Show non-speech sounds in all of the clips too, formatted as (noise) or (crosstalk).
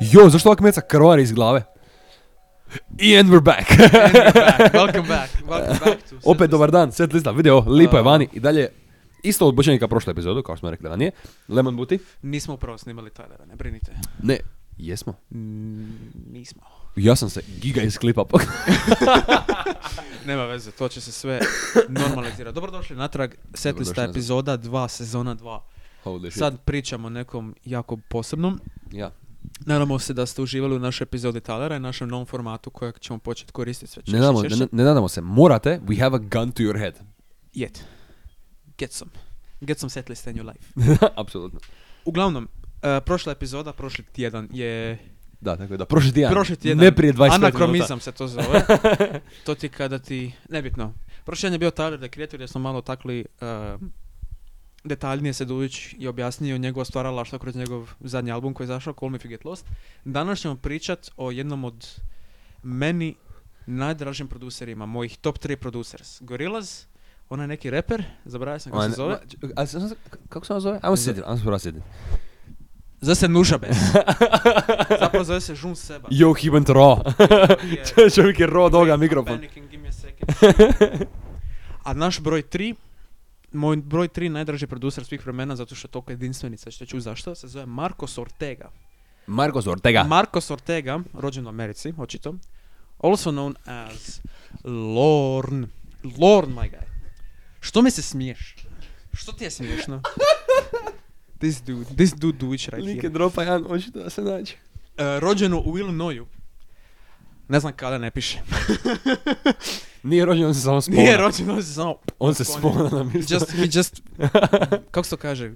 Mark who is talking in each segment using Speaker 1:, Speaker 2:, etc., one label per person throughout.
Speaker 1: Jo, zašto ovak meca krvar iz glave? I and we're back.
Speaker 2: Welcome back. Welcome back to
Speaker 1: (laughs) Opet dobar dan, set lista, vidi ovo, lipa je vani i dalje. Isto od bočenika prošle epizodu, kao što smo rekli ranije. Lemon Booty?
Speaker 2: Nismo upravo snimali Tylera, ne brinite.
Speaker 1: Ne, jesmo.
Speaker 2: Mm, Nismo.
Speaker 1: Ja sam se giga iz klipa. pok-
Speaker 2: Nema veze, to će se sve normalizirati. Dobrodošli natrag, setlista
Speaker 1: Dobrodošli nazad.
Speaker 2: epizoda 2, sezona 2.
Speaker 1: (laughs) Holy shit.
Speaker 2: Sad pričamo o nekom jako posebnom.
Speaker 1: Ja.
Speaker 2: Nadamo se da ste uživali u našoj epizodi Talera i našem novom formatu kojeg ćemo početi koristiti sve češće.
Speaker 1: Ne, nadamo,
Speaker 2: češće.
Speaker 1: ne, ne nadamo se, morate, we have a gun to your head. (laughs)
Speaker 2: Yet. Get some. Get some setlista in your life.
Speaker 1: Apsolutno.
Speaker 2: Uglavnom, e, prošla epizoda, prošli tjedan je
Speaker 1: Da, tako je da, prošli tjedan.
Speaker 2: Prošli tjedan.
Speaker 1: Ne prije 25 minuta.
Speaker 2: Anakronizam se
Speaker 1: (laughs)
Speaker 2: to zove. to ti kada ti... Nebitno. Prošli tjedan je bio Tyler the Creator jer smo malo takli... eh, detaljnije se Dujić je objasnio njegova stvaralaštva kroz njegov zadnji album koji je zašao, Call Me If You Get Lost. Danas ćemo pričat o jednom od meni najdražim producerima, mojih top 3 producers. Gorillaz, onaj neki reper, zaboravio sam kako
Speaker 1: Onaj-
Speaker 2: se zove.
Speaker 1: Ovaj, ma, ček- a sam- Kako se ona zove? Ajmo se sjetiti, ajmo se prvo sjetiti.
Speaker 2: Zove se
Speaker 1: (laughs)
Speaker 2: Nužabes. Zapravo zove se Žun Seba.
Speaker 1: Yo, he went raw.
Speaker 2: (laughs) Je-
Speaker 1: (laughs) Čovjek je raw doga
Speaker 2: Wait, I'm
Speaker 1: mikrofon.
Speaker 2: panicking, give me a second. (laughs) A naš broj 3, moj broj 3 najdraži producer svih vremena zato što je toliko jedinstveni, sad ćete čuti zašto, se zove Marcos Ortega.
Speaker 1: Marcos Ortega.
Speaker 2: Marcos Ortega, rođen u Americi, očito, also known as Lorn. Lorn, my guy. Što mi se smiješ? Što ti je
Speaker 1: (laughs)
Speaker 2: smiješno? This dude, this dude do it right
Speaker 1: Like
Speaker 2: here.
Speaker 1: dropa jedan, očito da se nađe.
Speaker 2: E, rođen u Illinoisu. Ne znam kada ne piše.
Speaker 1: Nije rođen, on se samo spona.
Speaker 2: Nije rođen, on se samo (laughs)
Speaker 1: On se
Speaker 2: Spona.
Speaker 1: spona na mjesto.
Speaker 2: Just, he (laughs) just, kako se to kaže?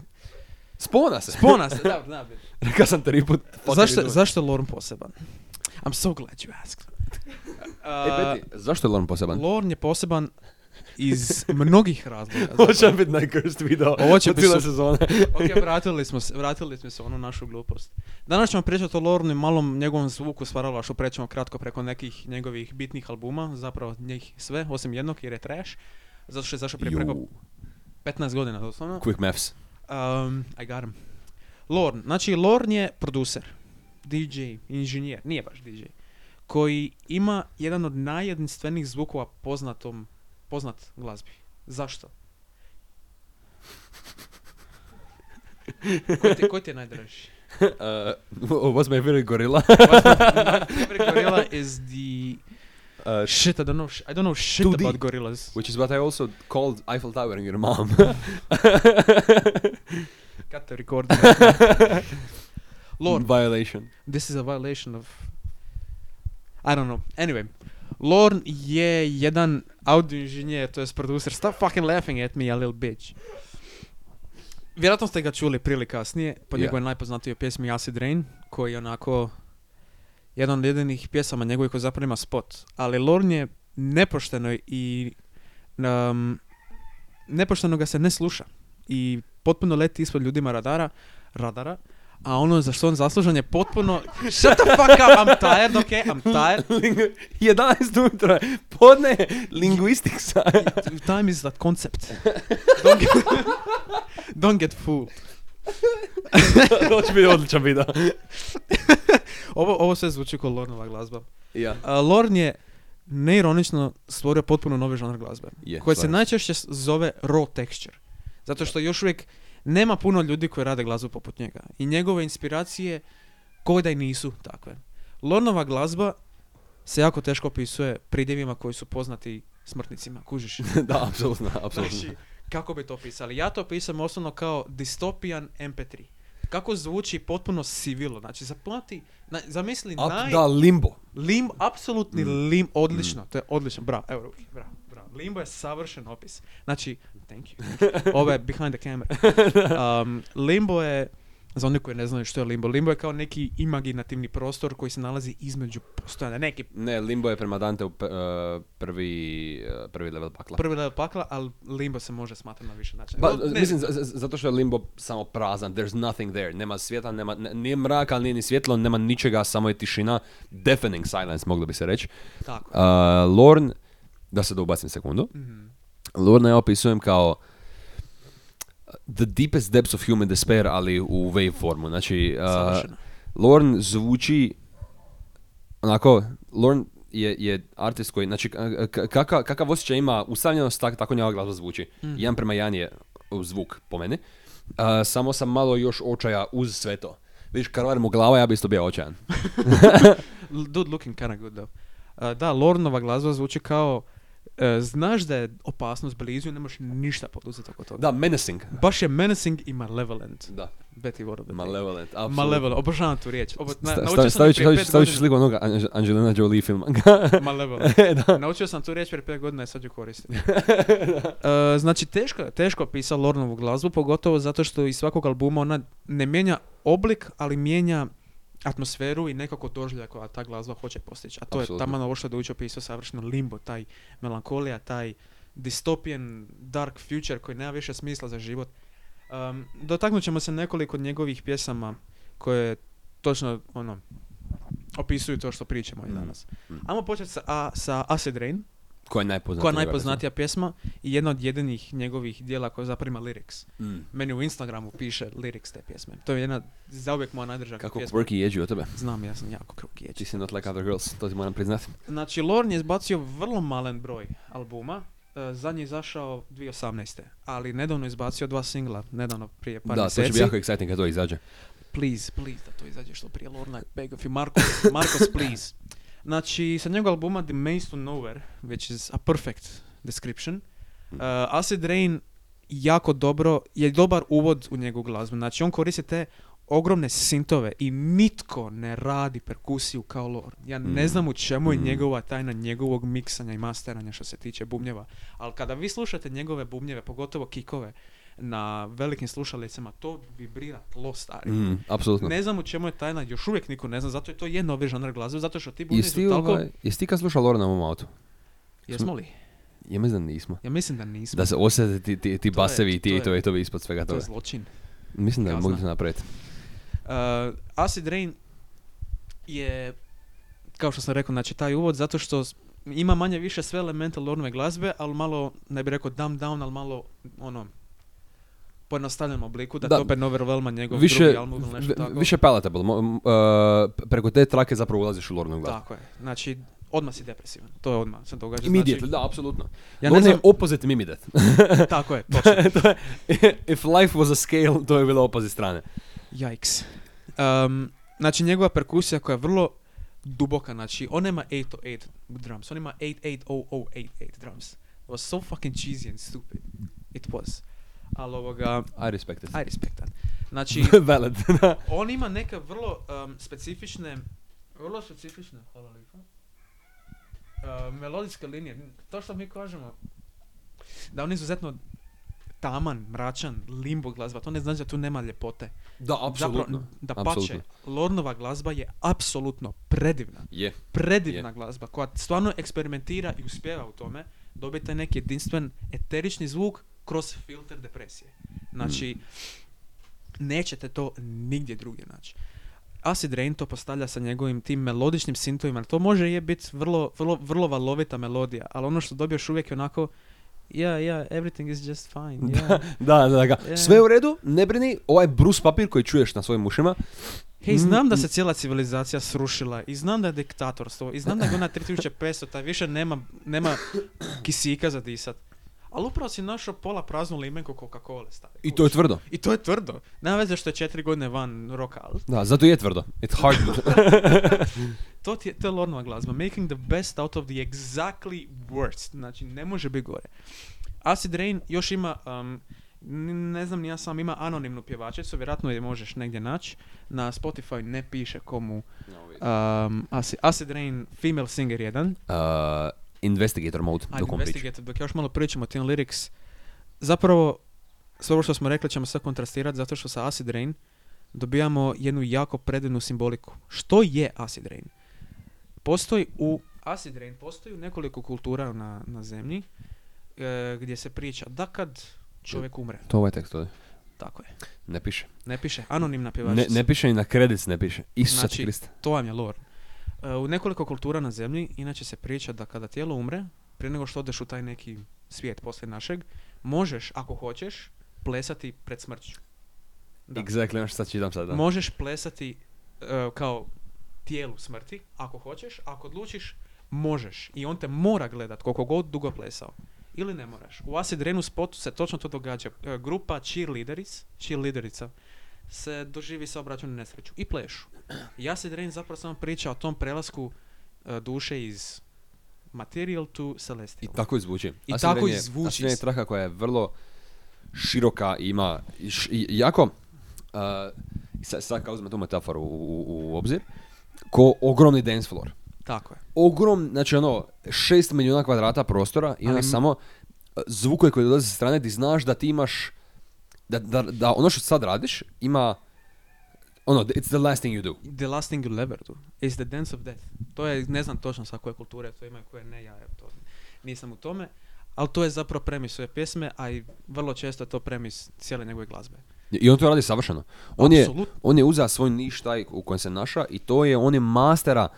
Speaker 1: Spona se.
Speaker 2: Spona (laughs) se, da, da. bi.
Speaker 1: (laughs) Rekao sam tri put. fucking
Speaker 2: Zašto,
Speaker 1: idol.
Speaker 2: zašto je Lorne poseban? I'm so glad you (laughs) asked. E,
Speaker 1: Ej, Peti, zašto je Lorne poseban?
Speaker 2: Lorne je poseban iz (laughs) mnogih razloga.
Speaker 1: (laughs) Ovo će biti najcursed video.
Speaker 2: Ovo će
Speaker 1: od
Speaker 2: biti
Speaker 1: cijele
Speaker 2: su- (laughs)
Speaker 1: sezone.
Speaker 2: ok, vratili smo se, vratili smo se u onu našu glupost. Danas ćemo pričati o Lornu i malom njegovom zvuku stvarala što prećemo kratko preko nekih njegovih bitnih albuma, zapravo njih sve, osim jednog jer je trash, zato što je zašao prije preko
Speaker 1: Ju,
Speaker 2: 15 godina doslovno.
Speaker 1: Quick maths.
Speaker 2: Um, I got him. Lorn. Znači, Lorn je producer, DJ, inženjer, nije baš DJ, koji ima jedan od najjedinstvenijih zvukova poznatom, poznat glazbi. Zašto? Koji ti, koji ti je najdraži?
Speaker 1: (laughs) Uh, what's my favorite
Speaker 2: (laughs)
Speaker 1: gorilla?
Speaker 2: Favorite gorilla is the...
Speaker 1: Uh,
Speaker 2: Shit, I don't know, sh- I don't know shit
Speaker 1: 2D.
Speaker 2: about gorillas.
Speaker 1: Which is what I also called Eiffel Tower and your
Speaker 2: (laughs)
Speaker 1: mom.
Speaker 2: Cut the recording. Lorn.
Speaker 1: Violation.
Speaker 2: This is a violation of... I don't know. Anyway, Lorn je jedan audio inženjer, to je producer. Stop fucking laughing at me, a little bitch. Vjerojatno ste ga čuli prije kasnije, po
Speaker 1: Yeah.
Speaker 2: njegovoj najpoznatijoj pjesmi Acid Rain, koji je onako jedan od jedinih pjesama njegovih koji zapravo ima spot. Ali Lorn je nepošteno i um, nepošteno ga se ne sluša i potpuno leti ispod ljudima radara, radara, a ono za što on zaslužan je potpuno Shut the fuck up, I'm tired, okay, I'm tired.
Speaker 1: Lingu- 11 ujutro je, podne
Speaker 2: (laughs)
Speaker 1: lingvistiksa.
Speaker 2: Time is that concept. Don't get, (laughs) don't get fooled.
Speaker 1: to će biti odličan video.
Speaker 2: Ovo, ovo sve zvuči kao Lornova glazba.
Speaker 1: Ja. (laughs)
Speaker 2: A, Lorn je neironično stvorio potpuno novi žanr glazbe.
Speaker 1: Je,
Speaker 2: koja se
Speaker 1: slažem se.
Speaker 2: najčešće s- zove raw texture. Zato što još uvijek nema puno ljudi koji rade glazbu poput njega. I njegove inspiracije koje da i nisu takve. Lornova glazba se jako teško opisuje pridjevima koji su poznati smrtnicima,
Speaker 1: (laughs)
Speaker 2: kužiš.
Speaker 1: da, apsolutno, apsolutno.
Speaker 2: Znači, kako bi to opisali? Ja to opisam osnovno kao distopijan MP3. Kako zvuči potpuno sivilo. Znači, zaplati, na, zamisli
Speaker 1: Ap-
Speaker 2: naj...
Speaker 1: Da, limbo.
Speaker 2: Lim, apsolutni
Speaker 1: Mm.
Speaker 2: lim, odlično, to je odlično, bravo, evo ruki, bravo, bravo. Limbo je savršen opis. Znači, thank you, thank
Speaker 1: (laughs)
Speaker 2: you. ovo je behind the camera. Um, limbo je, za one koji ne znaju što je limbo, limbo je kao neki imaginativni prostor koji se nalazi između postojanja, neki
Speaker 1: Ne, limbo je prema Dante e, prvi, eh, prvi level pakla.
Speaker 2: prvi level pakla, ali limbo se može smatrati na više načina.
Speaker 1: Pa,
Speaker 2: No, ne,
Speaker 1: mislim, z- z- zato što je limbo samo prazan, there's nothing there, nema svijeta, nema, ne- nije mraka, nije ni svjetlo, nema ničega, samo je tišina, deafening silence, moglo bi se reći.
Speaker 2: Tako. Mhm.
Speaker 1: Uh, Lorn, da se da ubacim sekundu, Lorna ja opisujem kao the deepest depths of human despair, ali u wave formu, znači... uh,
Speaker 2: Savršeno.
Speaker 1: Lorne zvuči onako, Lorne je, je artist koji, znači k- k- kaka, kakav osjećaj ima usamljenost, tak, tako njegova glazba zvuči. Jedan prema jedan je uh, zvuk po meni. A, samo sam malo još očaja uz sve to. Vidiš, karvar mu glava, ja bi isto bio očajan. (laughs)
Speaker 2: L- (laughs) Dude looking kinda good though. A, da, Lornova glazba zvuči kao e, znaš da je opasnost blizu i ne možeš ništa poduzeti oko toga.
Speaker 1: Da, menacing.
Speaker 2: Baš je menacing i malevolent.
Speaker 1: Da,
Speaker 2: Betty Ward of the Day.
Speaker 1: malevolent, apsolutno.
Speaker 2: Malevolent, obožavam tu riječ. Obo, na,
Speaker 1: Sta-
Speaker 2: naučio
Speaker 1: stavi-
Speaker 2: sam je
Speaker 1: staviš,
Speaker 2: prije
Speaker 1: staviš,
Speaker 2: pet
Speaker 1: staviš
Speaker 2: godina.
Speaker 1: sliku onoga Ange- Angelina Jolie
Speaker 2: (laughs)
Speaker 1: filma. (laughs)
Speaker 2: Malevolent.
Speaker 1: Da.
Speaker 2: Naučio sam tu riječ prije pet godina i sad ju
Speaker 1: (laughs)
Speaker 2: koristim. E, znači, teško, je- teško je pisao Lornovu glazbu, pogotovo zato što iz svakog albuma ona ne mijenja oblik, ali mijenja atmosferu i nekako doživlja koja ta glazba hoće postići. A to
Speaker 1: Apsolutno.
Speaker 2: je taman ovo što je Dujić opisao, savršeno limbo, taj melankolija, taj distopijen dark future koji nema više smisla za život. Um, dotaknut ćemo se nekoliko njegovih pjesama koje točno ono, opisuju to što pričamo i
Speaker 1: Mm.
Speaker 2: danas.
Speaker 1: Mm.
Speaker 2: Ajmo početi sa, a, sa Acid Rain,
Speaker 1: Koja je najpoznatija?
Speaker 2: koja je
Speaker 1: njegova
Speaker 2: najpoznatija pjesma i jedna od jedinih njegovih dijela koja zaprima lyrics.
Speaker 1: pjesma? Mm.
Speaker 2: Meni u Instagramu piše lyrics te pjesme. To je jedna zauvijek moja najdržaka
Speaker 1: Kako
Speaker 2: pjesma.
Speaker 1: quirky jeđu od tebe.
Speaker 2: Znam, ja sam jako kruki ječi.
Speaker 1: Ti si not like other girls, to ti moram priznati.
Speaker 2: Znači, Lorne je izbacio vrlo malen broj albuma. E, Zadnji je izašao 2018. Ali nedavno je izbacio dva singla, nedavno prije par
Speaker 1: da, to će
Speaker 2: mjeseci.
Speaker 1: biti jako exciting kad to izađe.
Speaker 2: Please, please, da to izađe što prije, Lorna, beg of you, Marcos, Marcos, please. Znači, sa njegovog albuma The Mains to Nowhere, which is a perfect description, uh, Acid Rain jako dobro, je dobar uvod u njegovu glazbu. Znači, on koristi te ogromne sintove i nitko ne radi perkusiju kao Lorne. Ja ne
Speaker 1: Mm.
Speaker 2: znam u čemu je
Speaker 1: Mm.
Speaker 2: njegova tajna njegovog miksanja i masteranja što se tiče bubnjeva, ali kada vi slušate njegove bubnjeve, pogotovo kikove, na velikim slušalicama, to vibrira tlo, stari.
Speaker 1: Mm, apsolutno.
Speaker 2: Ne znam u čemu je tajna, još uvijek niko ne zna, zato je to je novi žanr glazbe, zato što ti budni
Speaker 1: Jesi
Speaker 2: su
Speaker 1: ti,
Speaker 2: toliko...
Speaker 1: ovaj, jesi ti kad slušao Lorna u mom autu?
Speaker 2: Jesmo li?
Speaker 1: Ja mislim da nismo.
Speaker 2: Ja mislim da nismo.
Speaker 1: Da se osjete ti, ti, ti
Speaker 2: To je-
Speaker 1: basevi i
Speaker 2: to
Speaker 1: ti
Speaker 2: je-
Speaker 1: i to i to bi ispod svega
Speaker 2: to je
Speaker 1: toga.
Speaker 2: zločin.
Speaker 1: Mislim da bi
Speaker 2: Kazna.
Speaker 1: mogli to napraviti.
Speaker 2: Uh, Acid Rain je, kao što sam rekao, znači taj uvod, zato što s- ima manje više sve elemente Lornove glazbe, ali malo, ne bih rekao dumb down, ali malo, ono, pojednostavljenom obliku, da,
Speaker 1: Da.
Speaker 2: to opet ne overwhelma njegov
Speaker 1: Više,
Speaker 2: drugi album ili nešto
Speaker 1: v-
Speaker 2: tako.
Speaker 1: više palatable. Mo- m- uh, p- preko te trake zapravo ulaziš u Lornu glavu.
Speaker 2: Tako je, znači odmah si depresivan, to je odmah se događa.
Speaker 1: Immediately,
Speaker 2: znači,
Speaker 1: da, apsolutno.
Speaker 2: ja ne
Speaker 1: Lorna
Speaker 2: znam,
Speaker 1: je opposite (laughs) mimidet.
Speaker 2: tako je, točno.
Speaker 1: (laughs) If life was a scale, to je bilo opazit strane.
Speaker 2: Yikes. Um, znači njegova perkusija koja je vrlo duboka, znači on nema 808 drums, on ima 880088 drums. It was so fucking cheesy and stupid. It was. Ali ovoga,
Speaker 1: I respect it.
Speaker 2: I respect that.
Speaker 1: (laughs)
Speaker 2: Znači,
Speaker 1: Valid.
Speaker 2: on ima neke vrlo um, specifične, vrlo specifične, hvala lijepo, uh, melodijske linije. To što mi kažemo, da on je izuzetno taman, mračan, limbo glazba, to ne znači da tu nema ljepote.
Speaker 1: da, apsolutno.
Speaker 2: Zapravo, da pače,
Speaker 1: Apsolutno.
Speaker 2: Lornova glazba je apsolutno predivna.
Speaker 1: Je.
Speaker 2: Predivna glazba koja stvarno eksperimentira i uspjeva u tome dobiti taj neki jedinstven eterični zvuk kroz filter depresije. Znači,
Speaker 1: Hmm.
Speaker 2: nećete to nigdje drugdje naći. Acid Rain to postavlja sa njegovim tim melodičnim sintovima, to može je biti vrlo, vrlo, vrlo valovita melodija, ali ono što dobiješ uvijek je onako Yeah, yeah, everything is just fine.
Speaker 1: (laughs)
Speaker 2: Yeah.
Speaker 1: Da, da, da.
Speaker 2: Je.
Speaker 1: Sve u redu, ne brini, ovaj brus papir koji čuješ na svojim ušima,
Speaker 2: Hej, znam
Speaker 1: Mm-hmm.
Speaker 2: da se cijela civilizacija srušila i znam da je diktatorstvo i znam da je godina 3500, taj više nema, nema kisika za disat. Ali upravo si našao pola praznu limenku Coca-Cola, stari.
Speaker 1: i to je tvrdo.
Speaker 2: I to je tvrdo. Nema veze što je četiri godine van roka, ali
Speaker 1: Da, zato je tvrdo. It's hard. (laughs)
Speaker 2: to, ti je, to je Lornova glazba. Making the best out of the exactly worst. Znači, ne može biti gore. Acid Rain još ima, um, n- ne znam ni ja sam, ima anonimnu pjevačicu, vjerojatno je možeš negdje naći. Na Spotify ne piše komu Um, Acid, Acid Rain, Female Singer 1.
Speaker 1: Uh, investigator mode,
Speaker 2: Ajde,
Speaker 1: dok on priča.
Speaker 2: Investigate, dok još malo pričamo o tim lyrics. Zapravo, sve ovo što smo rekli ćemo sad kontrastirati zato što sa Acid Rain dobijamo jednu jako predivnu simboliku. Što je Acid Rain? Postoji u Acid Rain, postoji u nekoliko kultura na, na zemlji e, gdje se priča da kad čovjek umre.
Speaker 1: To ovaj tekst ovdje.
Speaker 2: Tako je.
Speaker 1: Ne piše.
Speaker 2: Ne piše, anonimna pjevačica.
Speaker 1: Ne, ne piše ni na kredits, ne piše. Isusa
Speaker 2: Znači,
Speaker 1: ti Kriste.
Speaker 2: To vam je lore. E, u nekoliko kultura na zemlji inače se priča da kada tijelo umre, prije nego što odeš u taj neki svijet poslije našeg, možeš, ako hoćeš, plesati pred smrću. da.
Speaker 1: Exactly, ono što sad čitam sad. Da.
Speaker 2: Možeš plesati e, kao tijelu smrti, ako hoćeš, ako odlučiš, možeš. I on te mora gledat koliko god dugo plesao. Ili ne moraš. U Acid Rainu spotu se točno to događa. E, grupa cheerleaderis, cheerleaderica, se doživi sa obraćanu nesreću i plešu. I Acid Rain zapravo samo priča o tom prelasku e, duše iz material to
Speaker 1: I
Speaker 2: celestial.
Speaker 1: tako i zvuči.
Speaker 2: I
Speaker 1: Acid
Speaker 2: tako
Speaker 1: Rain
Speaker 2: i
Speaker 1: je-
Speaker 2: zvuči.
Speaker 1: Acid Rain je traka koja je vrlo široka i ima i š- i jako... Uh, sad, sad kao uzmem tu metaforu u, u, u obzir. Ko ogromni dance floor.
Speaker 2: Tako je.
Speaker 1: ogrom, znači ono, 6 milijuna kvadrata prostora i onda
Speaker 2: Ali m-
Speaker 1: samo e, zvukove koji dolaze sa strane ti znaš da ti imaš, da, da, da ono što sad radiš ima, ono, it's the last thing you do.
Speaker 2: The last thing you'll ever do is the dance of death. To je, ne znam točno sa koje kulture to ima i koje ne, ja evo, to nisam u tome. Ali to je zapravo premis ove pjesme, a i vrlo često je to premis cijele njegove glazbe.
Speaker 1: I on to radi savršeno. On je,
Speaker 2: Apsolutno.
Speaker 1: on je uzeo svoj niš taj u kojem se naša i to je, on je mastera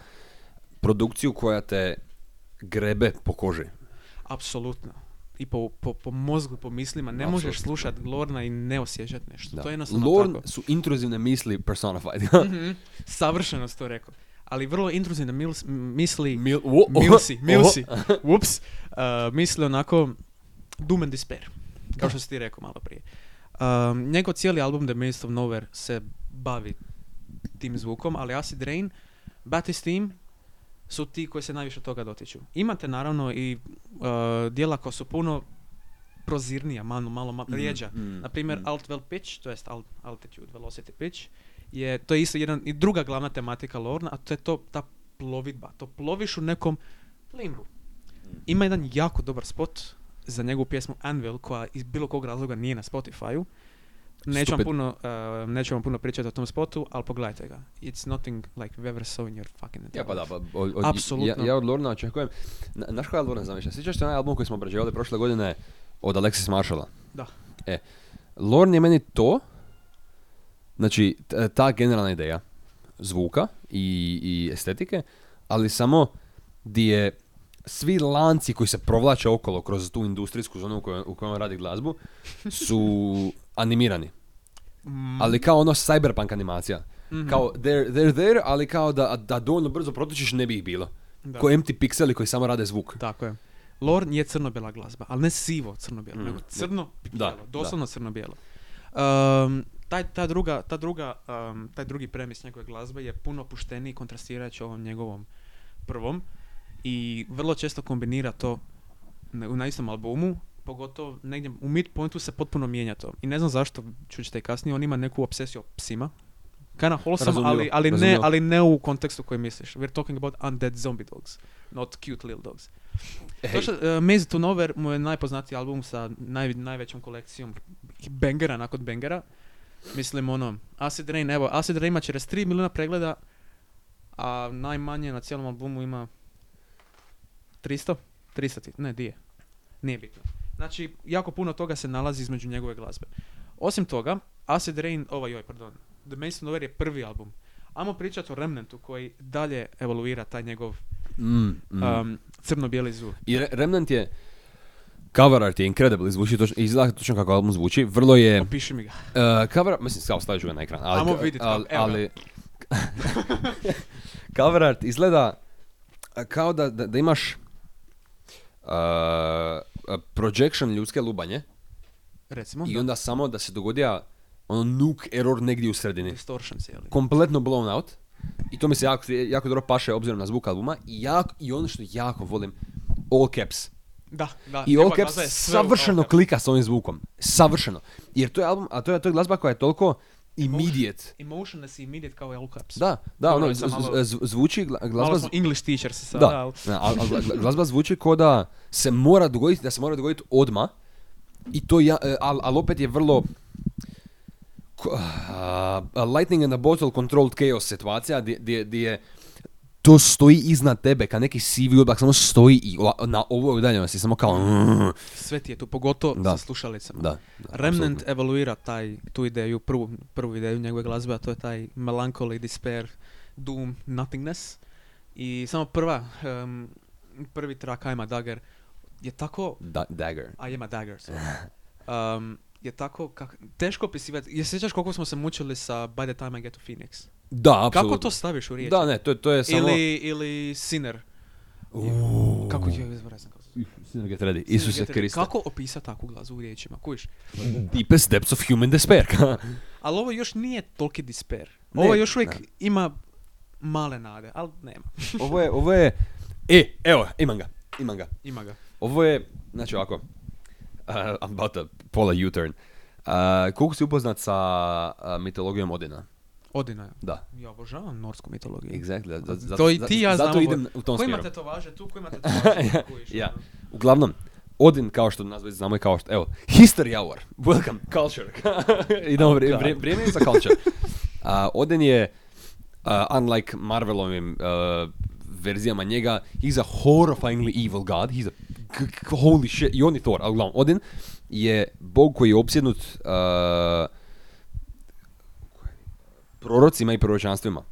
Speaker 1: produkciju koja te grebe po koži.
Speaker 2: Apsolutno. I po, po, po mozgu, po mislima. Ne možeš
Speaker 1: Apsolutno.
Speaker 2: slušat Lorna i ne osjećat nešto.
Speaker 1: Da.
Speaker 2: To je jednostavno
Speaker 1: Lorn
Speaker 2: tako.
Speaker 1: su intruzivne misli personified.
Speaker 2: Mhm. Savršeno si to rekao. Ali vrlo intruzivne mils-
Speaker 1: (laughs)
Speaker 2: misli...
Speaker 1: Mil, (laughs) wo-
Speaker 2: Milsi,
Speaker 1: oho,
Speaker 2: Milsi,
Speaker 1: oho.
Speaker 2: (laughs) ups, uh, misli onako doom and despair, kao što si ti rekao malo prije. Um, njegov cijeli album The Mist of Nowhere se bavi tim zvukom, ali Acid Rain, Baptist Team su ti koji se najviše toga dotiču. Imate naravno i uh, dijela koja su puno prozirnija, malo, malo ma- rijeđa.
Speaker 1: mm,
Speaker 2: Na primjer,
Speaker 1: mm.
Speaker 2: alt vel pitch, to jest alt, altitude velocity pitch, je, to je isto jedan i druga glavna tematika Lorna, a to je to, ta plovidba. To ploviš u nekom limbu. Ima jedan jako dobar spot za njegovu pjesmu Anvil, koja iz bilo kog razloga nije na Spotify-u. Neću vam,
Speaker 1: Stupid.
Speaker 2: puno, uh, neću vam puno pričati o tom spotu, ali pogledajte ga. It's nothing like we've ever saw in your fucking
Speaker 1: Ja pa da,
Speaker 2: life.
Speaker 1: pa, od, od-
Speaker 2: Apsolutno.
Speaker 1: Ja, ja od Lorna očekujem, na, znaš koja Lorna zamišlja? Sjećaš se onaj album koji smo obrađivali prošle godine od Alexis Marshalla?
Speaker 2: Da.
Speaker 1: E, Lorn je meni to, znači t- ta generalna ideja zvuka i, i estetike, ali samo di je svi lanci koji se provlače okolo kroz tu industrijsku zonu u kojoj, u kojoj on radi glazbu su (laughs) animirani.
Speaker 2: Mm,
Speaker 1: Ali kao ono cyberpunk animacija.
Speaker 2: Mm-hmm.
Speaker 1: Kao they're, they're there, ali kao da, da dovoljno brzo protočiš ne bi ih bilo.
Speaker 2: Da.
Speaker 1: Ko empty pikseli koji samo rade zvuk.
Speaker 2: Tako je. Lorn je crno-bela glazba, ali ne sivo crno-belo, nego crno-bijelo,
Speaker 1: Mm, Da,
Speaker 2: doslovno crno-bijelo. Um, taj, ta druga, ta druga, um, taj drugi premis njegove glazbe je puno opušteniji kontrastirajući ovom njegovom prvom i vrlo često kombinira to na, na istom albumu, pogotovo negdje u midpointu se potpuno mijenja to. I ne znam zašto, čućete i kasnije, on ima neku obsesiju o psima. Kana wholesome,
Speaker 1: Razumljivo,
Speaker 2: ali, ali, ne,
Speaker 1: razumljivo.
Speaker 2: ali ne u kontekstu koji misliš. We're talking about undead zombie dogs, not cute little dogs.
Speaker 1: Ej,
Speaker 2: To što, uh, Maze to Nowhere mu je najpoznatiji album sa naj, najvećom kolekcijom bengera nakon bengera. Mislim ono, Acid Rain, evo, Acid Rain ima čez 3 milijuna pregleda, a najmanje na cijelom albumu ima 300? 300 ti, ne, dije. Nije bitno. Znači, jako puno toga se nalazi između njegove glazbe. Osim toga, Acid Rain, ovaj, joj, pardon, The Maze to Nowhere je prvi album. Ajmo pričati o Remnantu koji dalje evoluira taj njegov
Speaker 1: mm, mm.
Speaker 2: um, crno-bijeli zvuk.
Speaker 1: I Re- Remnant je cover art je incredible, zvuči točno, izgleda točno kako album zvuči, vrlo je, uh,
Speaker 2: Opiši mi ga.
Speaker 1: cover, mislim, kao stavit ću ga na ekran, ali,
Speaker 2: Ajmo vidit,
Speaker 1: ali,
Speaker 2: evo ga.
Speaker 1: ali- (laughs) cover art izgleda kao da, da, da imaš uh, projection ljudske lubanje
Speaker 2: Recimo,
Speaker 1: i
Speaker 2: da.
Speaker 1: onda samo da se dogodija ono nuke error negdje u sredini.
Speaker 2: distortion cijeli.
Speaker 1: kompletno blown out. I to mi se jako, jako dobro paše obzirom na zvuk albuma. I, jako, I ono što jako volim, all caps.
Speaker 2: Da, da.
Speaker 1: I all caps
Speaker 2: njegova glazba je sve u
Speaker 1: savršeno
Speaker 2: all caps.
Speaker 1: klika s ovim zvukom. Savršeno. Jer to je album, a to je, to je glazba koja je toliko immediate.
Speaker 2: Emotionless i immediate kao i all caps.
Speaker 1: Da, da,
Speaker 2: Dobro,
Speaker 1: ono,
Speaker 2: sam
Speaker 1: z- z-
Speaker 2: malo-
Speaker 1: z- zvuči gla- glazba...
Speaker 2: Malo smo English teacher se sada,
Speaker 1: Da,
Speaker 2: ali-
Speaker 1: da, a- a gla- glazba zvuči ko da se mora dogoditi, da se mora dogoditi odma. I to ja, e, al, al opet je vrlo ko- a, a lightning in a bottle controlled chaos situacija gdje- gdje gdje je to stoji iznad tebe, ka neki sivi oblak samo stoji i la- na ovoj udaljenosti, samo kao... mm,
Speaker 2: Sve ti je tu, pogotovo
Speaker 1: Da.
Speaker 2: sa slušalicama.
Speaker 1: Da, da,
Speaker 2: Remnant
Speaker 1: apsolutno.
Speaker 2: evaluira taj, tu ideju, prvu, prvu ideju njegove glazbe, a to je taj melancholy, despair, doom, nothingness. I samo prva, em, prvi track I'm a Dagger je tako
Speaker 1: Da, dagger.
Speaker 2: I am a dagger. sorry.
Speaker 1: (laughs)
Speaker 2: Um, je tako, kak, teško opisivati. Je sjećaš koliko smo se mučili sa By the time I get to Phoenix?
Speaker 1: Da, apsolutno.
Speaker 2: Kako to staviš u riječ?
Speaker 1: Da, ne, to, to je samo...
Speaker 2: Ili, ili Sinner. Kako ti je izvrazan?
Speaker 1: Sinerget redi, Isuse Kriste.
Speaker 2: Kako opisati takvu glazbu u riječima, kuviš?
Speaker 1: Deepest depths of human despair. (laughs)
Speaker 2: Ali ovo još nije toliki disper.
Speaker 1: Ne,
Speaker 2: Ovo još uvijek
Speaker 1: ne.
Speaker 2: ima male nade, ali nema.
Speaker 1: ovo je, ovo je... E, evo, imam ga, imam ga.
Speaker 2: Ima ga.
Speaker 1: Ovo je, znači ovako, uh, I'm about to pull a U-turn. Uh, koliko si upoznat sa uh, mitologijom Odina?
Speaker 2: Odina je.
Speaker 1: Da.
Speaker 2: Ja obožavam norsku mitologiju.
Speaker 1: Exactly. da- za-
Speaker 2: to i
Speaker 1: za-
Speaker 2: ti i ja
Speaker 1: zato
Speaker 2: znamo.
Speaker 1: idem u tom
Speaker 2: Ko ima
Speaker 1: smjeru.
Speaker 2: tetovaže tu,
Speaker 1: (laughs)
Speaker 2: ko ima tetovaže tu, kužiš,
Speaker 1: ja.
Speaker 2: ono.
Speaker 1: Uglavnom, Odin, kao što nas već znamo i kao što, evo, History Hour, Welcome, Culture. (laughs) Idemo, vri, vri, vrijeme je za Culture. A, Odin je, a, unlike Marvelovim a, verzijama njega, he's a horrifyingly evil god, he's a k- k- holy shit, i on je Thor, ali uglavnom, Odin je bog koji je opsjednut a, prorocima i proročanstvima.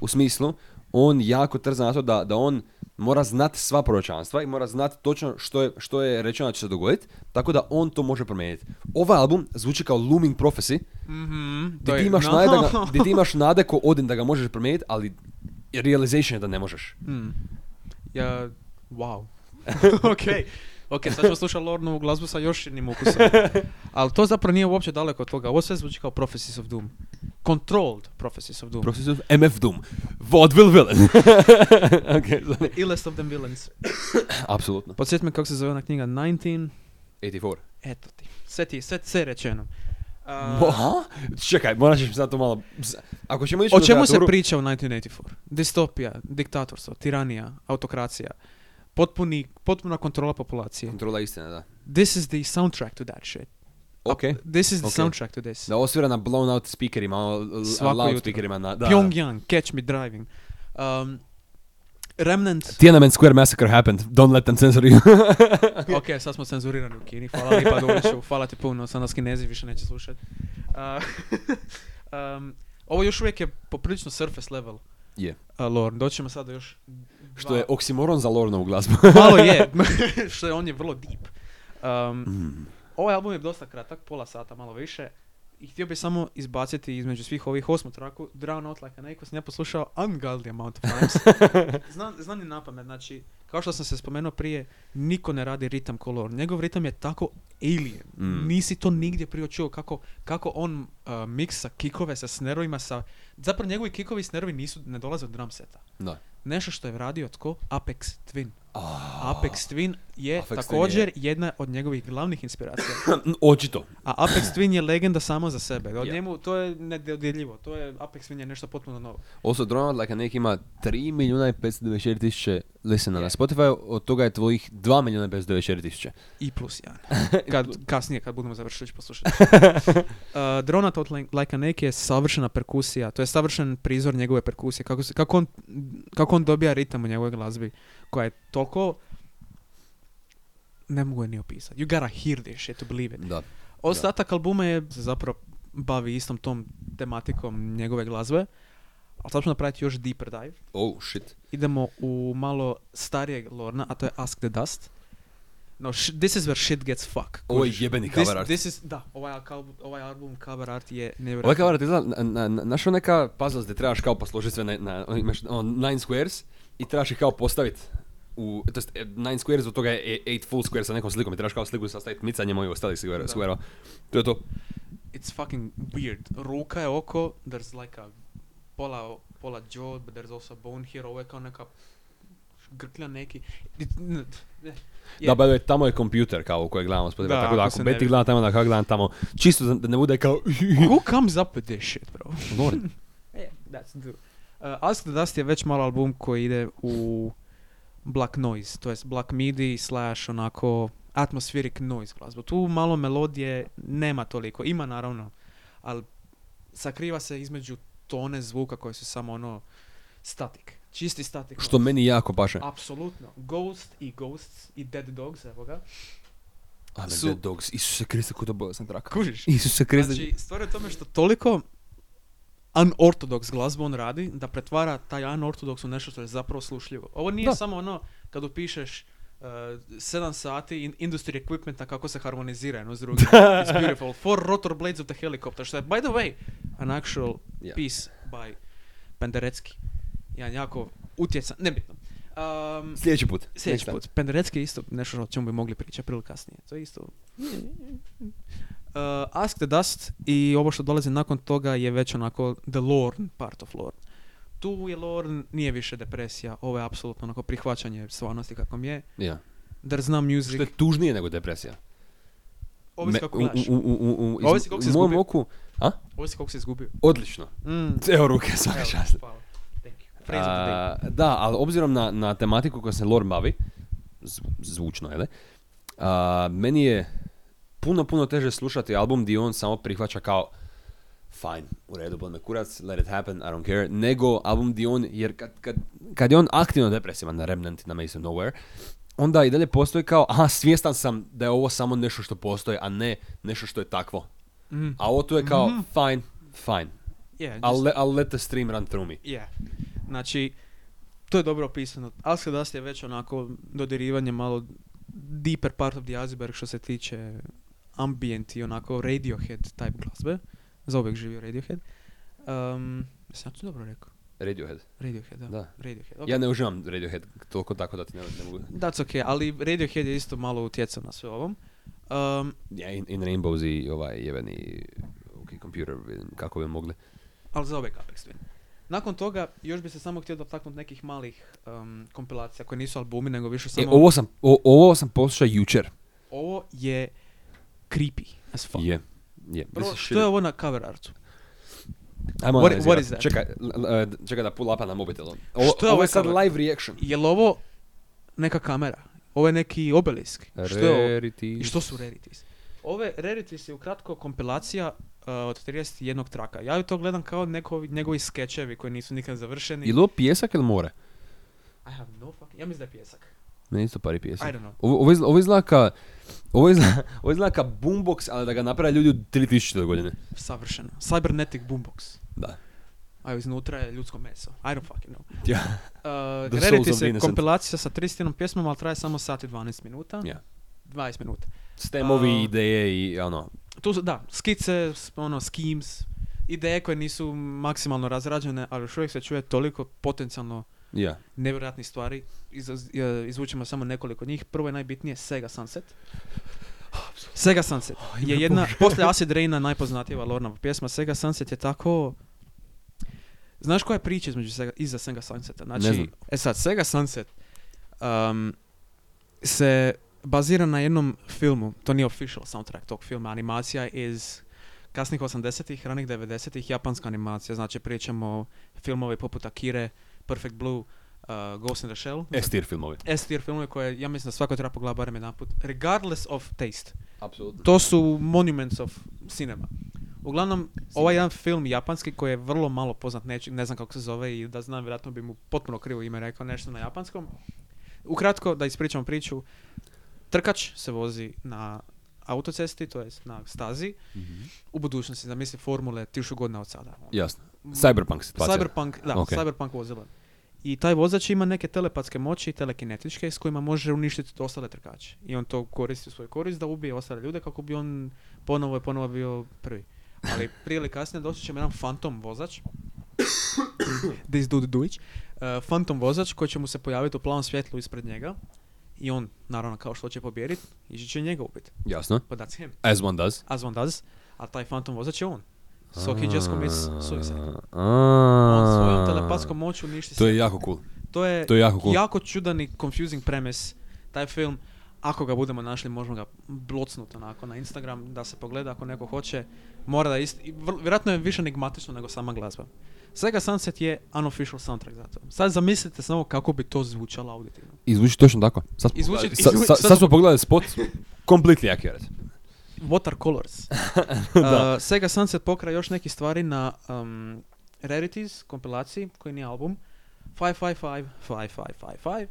Speaker 1: U smislu, on jako trza na to da, da on mora znat sva proročanstva i mora znat točno što je, što je rečeno da će se dogoditi, tako da on to može promijeniti. Ovaj album zvuči kao Looming Prophecy,
Speaker 2: Mhm, to
Speaker 1: gdje ti
Speaker 2: je-
Speaker 1: imaš,
Speaker 2: no.
Speaker 1: nade, da ga,
Speaker 2: (laughs)
Speaker 1: gdje ti imaš nade ko Odin da ga možeš promijeniti, ali realization je da ne možeš.
Speaker 2: Mm. Ja, wow. (laughs) ok. Ok, sad ćemo slušati Lornovu glazbu sa još jednim (laughs) ukusom. Ali to zapravo nije uopće daleko od toga. Ovo sve zvuči kao Prophecies of Doom. Controlled Prophecies of Doom.
Speaker 1: Prophecy of MF Doom. Vaudeville (laughs) villain. okay, sorry.
Speaker 2: Illest of the Villains.
Speaker 1: Apsolutno.
Speaker 2: Podsjeti me kako se zove ona knjiga 19.
Speaker 1: 84.
Speaker 2: Eto ti. Sve ti, sve, sve je rečeno. A, (laughs)
Speaker 1: Mo- ha? Čekaj, morat ćeš sad to malo... Ako ćemo ići
Speaker 2: o
Speaker 1: na
Speaker 2: čemu se
Speaker 1: literaturu-
Speaker 2: priča u 1984? Distopija, diktatorstvo, tiranija, autokracija, potpuni, potpuna kontrola populacije.
Speaker 1: Kontrola istine, da.
Speaker 2: This is the soundtrack to that shit.
Speaker 1: Ok.
Speaker 2: This is the
Speaker 1: Ok.
Speaker 2: soundtrack to this.
Speaker 1: Da osvira na blown out speakerima, ono, l-
Speaker 2: Svako
Speaker 1: loud
Speaker 2: jutro.
Speaker 1: speakerima. Na, da, da.
Speaker 2: Pyongyang, Catch Me Driving. Um, Remnant.
Speaker 1: Tiananmen Square massacre happened. Don't let them censor you.
Speaker 2: (laughs)
Speaker 1: (laughs)
Speaker 2: ok, sad smo cenzurirani u Kini. Hvala lipa Duliću, hvala ti puno. Sad nas kinezi više neće slušati. (laughs) um, ovo još uvijek je poprilično surface level. Uh,
Speaker 1: Je.
Speaker 2: Lorne, doćemo sad do još...
Speaker 1: Što
Speaker 2: dva-
Speaker 1: je oksimoron za Lornovu glazbu. (laughs)
Speaker 2: Malo je, (laughs) što je, on je vrlo deep. Um, ovaj album je dosta kratak, pola sata, malo više. I htio bih samo izbaciti između svih ovih osmu traku Drown Out Like a Snake, ko sam ja poslušao Ungodly Amount of (laughs) Times. znam, znam i napamet, znači, kao što sam se spomenuo prije, niko ne radi ritam kolor. Njegov ritam je tako alien.
Speaker 1: Mm.
Speaker 2: Nisi to nigdje prije čuo kako, kako on uh, miksa kikove sa snerovima, sa... Zapravo njegovi kikovi i snerovi nisu, ne dolaze od drum seta.
Speaker 1: Da.
Speaker 2: Nešto što je radio tko? Apex Twin. Apex Twin je
Speaker 1: Apex Twin je-
Speaker 2: također jedna od njegovih glavnih inspiracija.
Speaker 1: (clears throat) Očito.
Speaker 2: A Apex Twin je legenda samo za sebe. Od
Speaker 1: Je.
Speaker 2: njemu to je nedodjeljivo. To je Apex Twin je nešto potpuno novo.
Speaker 1: Also, Drone Out Like a Snake ima 3 milijuna i 594 tisuće listena na Spotify, od toga je tvojih 2 milijuna i 594 tisuće.
Speaker 2: I plus jedan. (laughs) Kad, kasnije, kad budemo završili, ću poslušati. uh, Drona Tot Like a Snake je savršena perkusija. To je savršen prizor njegove perkusije. Kako, se, kako, on, kako on dobija ritam u njegovoj glazbi. Koja je toliko... Ne mogu je ni opisati. You gotta hear this shit to believe it.
Speaker 1: Da.
Speaker 2: Ostatak albuma je se zapravo bavi istom tom tematikom njegove glazbe. Ali sad ćemo napraviti još deeper dive.
Speaker 1: Oh, shit.
Speaker 2: Idemo u malo starijeg Lorna, a to je Ask the Dust. No, sh- this is where shit gets fuck.
Speaker 1: Ovo je
Speaker 2: kužiš.
Speaker 1: jebeni
Speaker 2: This,
Speaker 1: cover art.
Speaker 2: this is, da, ovaj, alka- ovaj album cover art je nevjerojatno.
Speaker 1: Ovaj cover art izgleda, na, na, našao neka puzzles gdje trebaš kao posložiti sve na, na imaš ono, nine squares i trebaš ih kao postaviti u, to jest e, nine squares, od toga je e- eight full square sa nekom slikom i trebaš kao sliku sastaviti micanjem ovih ostalih square,
Speaker 2: Da.
Speaker 1: square-ova. To je to.
Speaker 2: It's fucking weird. Ruka je oko, there's like a pola, pola jaw, but there's also a bone here. Ovo je kao neka grklja neki. It, ne, ne. Je.
Speaker 1: Da, by the way, tamo je kompjuter kao u kojeg gledamo Spotify,
Speaker 2: Da,
Speaker 1: tako da
Speaker 2: ako
Speaker 1: ako
Speaker 2: se ne
Speaker 1: Beti
Speaker 2: vidi.
Speaker 1: gleda tamo, da kako gledam tamo, čisto da- da ne bude kao... (laughs)
Speaker 2: Who comes up with this shit, bro?
Speaker 1: Loren.
Speaker 2: Yeah, that's the... Uh, Ask the Dust je već malo album koji ide u black noise, to jest black midi slash onako atmospheric noise glazbu. Tu malo melodije nema toliko, ima naravno, ali sakriva se između tone zvuka koje su samo ono statik, čisti statik.
Speaker 1: Što meni jako paše.
Speaker 2: Apsolutno. Ghost i Ghosts i Dead Dogs, evo ga.
Speaker 1: Amen,
Speaker 2: su-
Speaker 1: Dead Dogs, Isuse Kriste, kuda bolestan traka.
Speaker 2: Kužiš?
Speaker 1: Isuse Kriste.
Speaker 2: Znači, stvar je u tome što toliko unorthodox glazbu on radi, da pretvara taj unorthodox u nešto što je zapravo slušljivo. Ovo nije
Speaker 1: Da.
Speaker 2: samo ono kad upišeš uh, 7 sati in industry equipmenta kako se harmonizira jedno s drugim. It's beautiful. Four rotor blades of the helicopter, što je, by the way, an actual
Speaker 1: Yeah.
Speaker 2: piece by Penderecki. Jedan jako utjecan, nebitno. Um,
Speaker 1: Sljedeći put.
Speaker 2: Sljedeći
Speaker 1: Next
Speaker 2: put. Penderecki je isto nešto o čemu bi mogli pričati prije ili kasnije. To je isto... Uh, Ask the Dust i ovo što dolazi nakon toga je već onako the Lorn part of Lorn. Tu je Lorn, nije više depresija, ovo je apsolutno onako prihvaćanje stvarnosti kakvom je.
Speaker 1: time. Ja.
Speaker 2: There's no music,
Speaker 1: Što je tužnije nego depresija.
Speaker 2: ovisi
Speaker 1: Me-
Speaker 2: kako
Speaker 1: u-
Speaker 2: gledaš,
Speaker 1: u- u- u- u- iz-
Speaker 2: Ovisi kako si
Speaker 1: u mom
Speaker 2: izgubio.
Speaker 1: oku, a?
Speaker 2: ovisi kako si izgubio.
Speaker 1: Odlično.
Speaker 2: Mm.
Speaker 1: Ceo ruke, svaka
Speaker 2: (laughs) Evo,
Speaker 1: čast.
Speaker 2: hvala. Thank you. Phrase of the day.
Speaker 1: A, da, ali obzirom na, na tematiku koja se lore bavi, zvu- zvučno, jel? A, meni je puno, puno teže slušati album gdje on samo prihvaća kao fine, u redu, bol me kurac, let it happen, I don't care, nego album gdje on, jer kad, kad, kad je on aktivno depresivan na Remnant i na Mason Nowhere, onda i dalje postoji kao, aha, svjestan sam da je ovo samo nešto što postoji, a ne nešto što je takvo.
Speaker 2: Mm.
Speaker 1: A ovo tu je kao, fine, fine,
Speaker 2: Yeah,
Speaker 1: I'll,
Speaker 2: just-
Speaker 1: le- I'll let the stream run through me.
Speaker 2: Je. Znači, to je dobro opisano. Alaska Dust je već onako dodirivanje malo deeper part of the iceberg što se tiče ambient i onako Radiohead type glazbe. Za uvijek živio Radiohead. Um, jesam ja to dobro rekao?
Speaker 1: Radiohead.
Speaker 2: Radiohead, da.
Speaker 1: Da.
Speaker 2: Radiohead,
Speaker 1: Ja
Speaker 2: ok.
Speaker 1: ne uživam Radiohead toliko tako da ti ne, ne mogu...
Speaker 2: That's okay, ali Radiohead je isto malo utjecao na sve ovom. Um,
Speaker 1: Ja, in, in Rainbows i ovaj jebeni OK computer, vidim kako bi mogli. E,
Speaker 2: ali za uvijek Apex Twin. Nakon toga, još bi se samo htio dotaknuti nekih malih um, kompilacija koje nisu albumi, nego više
Speaker 1: E,
Speaker 2: samo...
Speaker 1: ovo sam, o- ovo sam poslušao jučer.
Speaker 2: ovo je creepy as fuck.
Speaker 1: Je. Je.
Speaker 2: Prvo,
Speaker 1: This is
Speaker 2: što je
Speaker 1: shit.
Speaker 2: ovo na cover artu?
Speaker 1: Ajmo
Speaker 2: what- what
Speaker 1: analizirat.
Speaker 2: is that?
Speaker 1: Čekaj, l- l- d- čekaj da pull upa na mobitelu. Ovo,
Speaker 2: Što je
Speaker 1: ovo
Speaker 2: ovo
Speaker 1: je sad
Speaker 2: kamera?
Speaker 1: live reaction.
Speaker 2: Je li ovo neka kamera? Ovo je neki obelisk? Što je ovo?
Speaker 1: Rarity.
Speaker 2: I što su Rarities? Ove Rarities je ukratko kompilacija uh, od 31 traka. Ja ju to gledam kao neko, njegovi skečevi koji nisu nikad završeni.
Speaker 1: Je li ovo pjesak ili more?
Speaker 2: I have no fucking... Ja mislim da je pjesak.
Speaker 1: Ne, isto pari
Speaker 2: I
Speaker 1: pjesak.
Speaker 2: don't know.
Speaker 1: Ovo, ovo, izla, ovo izgleda ka... Ovo izgleda, (laughs) ovo izgleda ka boombox, ali da ga naprave ljudi u 3000 godine.
Speaker 2: Savršeno. Cybernetic Boombox.
Speaker 1: Da.
Speaker 2: A iznutra je ljudsko meso. I don't fucking know.
Speaker 1: Ja.
Speaker 2: Uh,
Speaker 1: The Souls
Speaker 2: Rarities
Speaker 1: of
Speaker 2: je
Speaker 1: the Innocent.
Speaker 2: kompilacija sa 31 pjesmom, ali traje samo sat i 12 minuta.
Speaker 1: Ja.
Speaker 2: 20 minuta.
Speaker 1: Stemovi,
Speaker 2: A-
Speaker 1: ideje i ono,
Speaker 2: Tu su, da, skice, s- ono, schemes, ideje koje nisu maksimalno razrađene, ali još uvijek se čuje toliko potencijalno
Speaker 1: ja.
Speaker 2: E, nevjerojatnih stvari. Iz, e, izvučemo samo nekoliko od njih. Prvo je najbitnije Sega Sunset. Sega Sunset je jedna,
Speaker 1: (laughs)
Speaker 2: poslije Acid Raina najpoznatija Lornova pjesma, Sega Sunset je tako... Znaš koja je priča između Sega, iza Sega Sunseta?
Speaker 1: Ne
Speaker 2: Znači,
Speaker 1: znam.
Speaker 2: e sad, Sega Sunset um, se bazira na jednom filmu, to nije official soundtrack tog filma, animacija iz kasnih 80-ih, ranih 90-ih, japanska animacija, znači pričamo o filmovi poput Akire, Perfect Blue, uh, Ghost in the Shell,
Speaker 1: Estir filmovi.
Speaker 2: S tier filmove koje ja mislim da svako treba pogledati barem jedanput, regardless of taste.
Speaker 1: Apsolutno.
Speaker 2: To su monuments of cinema. Uglavnom, ovaj jedan film japanski koji je vrlo malo poznat, neću, ne znam kako se zove i da znam, vjerojatno bi mu potpuno krivo ime rekao nešto na japanskom. Ukratko, da ispričam priču, trkač se vozi na autocesti, to jest na stazi,
Speaker 1: Mhm.
Speaker 2: u budućnosti, zamisli formule 1000 godina od sada.
Speaker 1: Jasno. Cyberpunk situacija.
Speaker 2: Cyberpunk, da,
Speaker 1: Ok.
Speaker 2: cyberpunk vozila. I taj vozač ima neke telepatske moći, telekinetičke, s kojima može uništiti ostale trkače. I on to koristi u svoju korist da ubije ostale ljude kako bi on ponovo i ponovo bio prvi. Ali prije ili kasnije doći će mu jedan fantom vozač, this dude Dujić, uh, fantom vozač koji će mu se pojaviti u plavom svjetlu ispred njega i on, naravno, kao što će pobjeriti, ići će njega ubiti.
Speaker 1: Jasno.
Speaker 2: But that's him,
Speaker 1: As one does.
Speaker 2: as one does, a taj fantom vozač je on. So he just commits
Speaker 1: Ah.
Speaker 2: suicide. On svojom
Speaker 1: On
Speaker 2: telepatskom moću uništi
Speaker 1: To
Speaker 2: sve.
Speaker 1: je jako cool.
Speaker 2: To je,
Speaker 1: To je jako cool.
Speaker 2: jako čudan i confusing premise. Taj film, ako ga budemo našli, možemo ga blocnuti onako na Instagram da se pogleda ako neko hoće. Mora da isti, i vrlo- vjerojatno je više enigmatično nego sama glazba. Sega Sunset je unofficial soundtrack za to. Sad zamislite samo kako bi to zvučalo auditivno.
Speaker 1: I zvuči točno tako. Sad smo,
Speaker 2: I zvuči-
Speaker 1: pogledali-
Speaker 2: i
Speaker 1: sa-
Speaker 2: zvuči-
Speaker 1: sa-
Speaker 2: sad
Speaker 1: sad
Speaker 2: smo-
Speaker 1: smo pogledali spot. Completely accurate. (laughs)
Speaker 2: Watercolors. Uh, Sega Sunset pokra još neke stvari na um, Rarities kompilaciji, koji nije album. 555, 5555